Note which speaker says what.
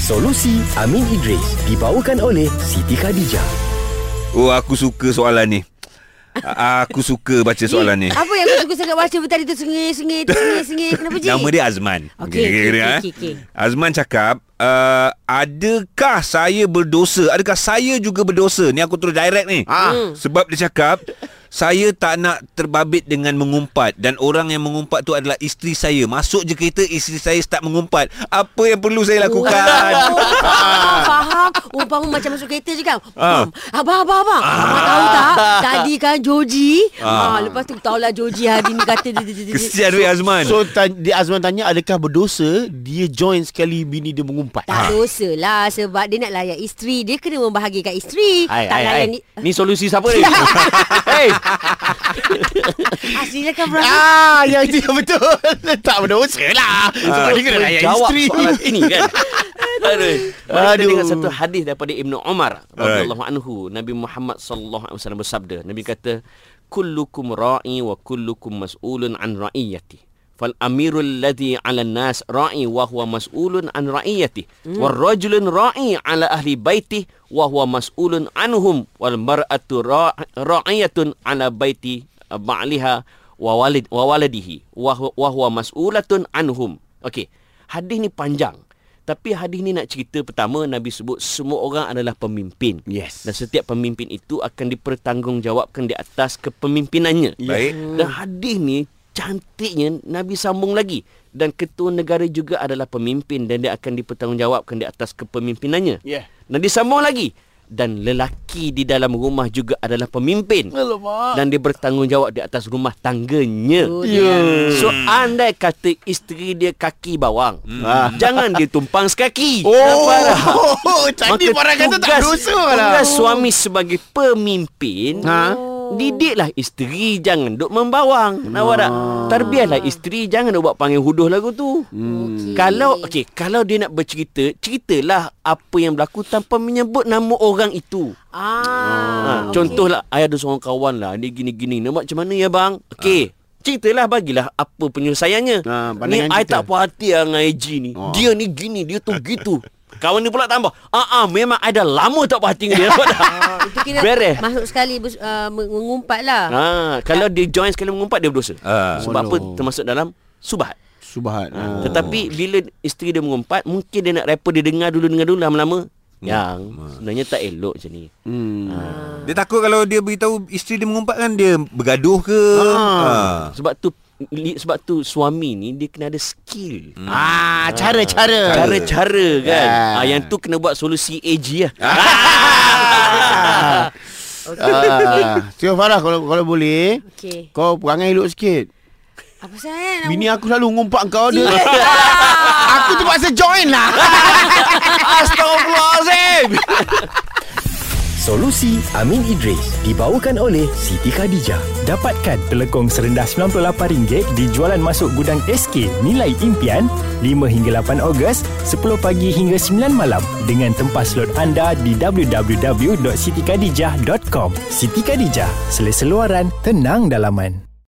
Speaker 1: Solusi Amin Idris dibawakan oleh Siti Khadijah.
Speaker 2: Oh aku suka soalan ni. A- Aku suka baca soalan ni.
Speaker 3: Apa yang kau suka sangat baca tadi tu sengih-sengih tu sengih-sengih. Kenapa je?
Speaker 2: Nama dia Azman.
Speaker 3: Okey,
Speaker 2: Okey,
Speaker 3: okey,
Speaker 2: kira-kira,
Speaker 3: okey,
Speaker 2: eh.
Speaker 3: okey,
Speaker 2: Azman cakap, uh, adakah saya berdosa? Adakah saya juga berdosa? Ni aku terus direct ni.
Speaker 3: Ah.
Speaker 2: Sebab dia cakap, saya tak nak terbabit dengan mengumpat dan orang yang mengumpat tu adalah isteri saya. Masuk je kereta isteri saya start mengumpat. Apa yang perlu saya lakukan?
Speaker 3: Oh, faham, faham. Umpama macam masuk kereta je kan.
Speaker 2: Ah.
Speaker 3: Mam, abang, abang, abang. Abang tahu tak? Tadi kan Joji. Ah. lepas tu tahulah Joji hari ni kata dia. dia- dia- dia-
Speaker 2: Kesian weh Azman.
Speaker 4: So tan- dia Azman tanya adakah berdosa dia join sekali bini dia mengumpat.
Speaker 2: Ah.
Speaker 3: Tak dosa lah sebab dia nak layan isteri. Dia kena membahagikan
Speaker 4: Ah,
Speaker 3: isteri.
Speaker 5: Hai,
Speaker 3: tak
Speaker 5: hai,
Speaker 3: layan
Speaker 5: hai.
Speaker 3: ni.
Speaker 5: Ni solusi siapa ni? hey,
Speaker 3: Ah, silakan Bro.
Speaker 4: Ah, yang itu yang betul. tak berdosa lah. Sebab dia kena layan
Speaker 5: Ah. jawab
Speaker 4: isteri.
Speaker 5: soalan ini kan. Aduh. Mari kita
Speaker 4: Aduh.
Speaker 5: dengar satu hadis daripada Ibnu Umar
Speaker 2: Alright.
Speaker 5: radhiyallahu anhu. Nabi Muhammad sallallahu alaihi wasallam bersabda, Nabi kata, "Kullukum ra'i wa kullukum mas'ulun an ra'iyati." Fal amirul ladhi 'ala nas ra'i wa huwa mas'ulun an ra'iyati. Wal rajulun ra'i 'ala ahli baiti wa huwa mas'ulun anhum wal mar'atu ra- ra'iyatun 'ala baiti eh, ba'liha wa walid wa waladihi wa hu- wa huwa mas'ulatun anhum. Okey. Hadis ni panjang. Tapi hadis ni nak cerita pertama Nabi sebut semua orang adalah pemimpin.
Speaker 4: Yes.
Speaker 5: Dan setiap pemimpin itu akan dipertanggungjawabkan di atas kepemimpinannya.
Speaker 4: Ya.
Speaker 2: Baik.
Speaker 4: Hmm.
Speaker 5: Dan hadis ni cantiknya Nabi sambung lagi dan ketua negara juga adalah pemimpin dan dia akan dipertanggungjawabkan di atas kepemimpinannya.
Speaker 4: Yeah.
Speaker 5: Dan disambung lagi dan lelaki di dalam rumah juga adalah pemimpin
Speaker 4: Alamak.
Speaker 5: dan dia bertanggungjawab di atas rumah tangganya.
Speaker 3: Oh,
Speaker 4: Ya.
Speaker 5: So andai kata isteri dia kaki bawang,
Speaker 4: Ah.
Speaker 5: jangan dia tumpang sekaki.
Speaker 4: Oh,
Speaker 5: Nampak tak?
Speaker 4: tadi orang kata tak
Speaker 5: tugas-
Speaker 4: berdosa lah.
Speaker 5: Tugas suami sebagai pemimpin,
Speaker 4: Ha?
Speaker 5: didiklah isteri jangan duk membawang. Nampak tak?
Speaker 4: Ah.
Speaker 5: Tarbiahlah isteri jangan duk buat panggil huduh lagu tu.
Speaker 4: Hmm.
Speaker 3: Okey.
Speaker 5: Kalau okey, kalau dia nak bercerita, ceritalah apa yang berlaku tanpa menyebut nama orang itu.
Speaker 3: Ah,
Speaker 5: Ha, contohlah saya ada seorang kawan lah dia gini-gini nak buat macam mana ya bang? Okey. Ceritalah bagilah apa penyelesaiannya.
Speaker 4: Ha,
Speaker 5: ni
Speaker 4: pandangan
Speaker 5: I
Speaker 4: kita.
Speaker 5: tak puas hati lah dengan AG ni. Oh. Dia ni gini, dia tu gitu. Kawan ni pula tambah. Ah ah memang I dah lama tak puas hati dengan dia. Nampak tak?
Speaker 3: Ah, Itu kira
Speaker 5: Beres.
Speaker 3: masuk sekali bers- ah, mengumpat lah.
Speaker 5: Ha, kalau dia join sekali mengumpat dia berdosa.
Speaker 2: Ah.
Speaker 5: Sebab
Speaker 4: Oh,
Speaker 5: apa
Speaker 4: no. Ah.
Speaker 5: termasuk dalam subahat.
Speaker 4: Subhan.
Speaker 5: Oh. Tetapi bila isteri dia mengumpat, mungkin dia nak rapper dia dengar dulu dengar dulu lama-lama. Yang sebenarnya tak elok macam ni.
Speaker 4: Hmm.
Speaker 2: Dia takut kalau dia beritahu isteri dia mengumpat kan dia bergaduh ke. Ah.
Speaker 5: Sebab tu li- sebab tu suami ni dia kena ada skill.
Speaker 4: Ah, cara-cara.
Speaker 5: Cara-cara kan.
Speaker 4: Ah.
Speaker 5: Ah. yang tu kena buat solusi lah. AG lah.
Speaker 4: Ah. Ah, Tio Farah kalau kalau boleh,
Speaker 3: Okey.
Speaker 4: kau perangai elok sikit.
Speaker 3: Apa eh, saya?
Speaker 4: Bini aku selalu ngumpak kau dia. aku terpaksa join lah. Astagfirullahalazim.
Speaker 1: Solusi Amin Idris dibawakan oleh Siti Khadijah.
Speaker 6: Dapatkan telekong serendah RM98 di jualan masuk gudang SK Nilai Impian 5 hingga 8 Ogos 10 pagi hingga 9 malam dengan tempah slot anda di www.sitikadijah.com Siti Khadijah, selesa luaran, tenang dalaman.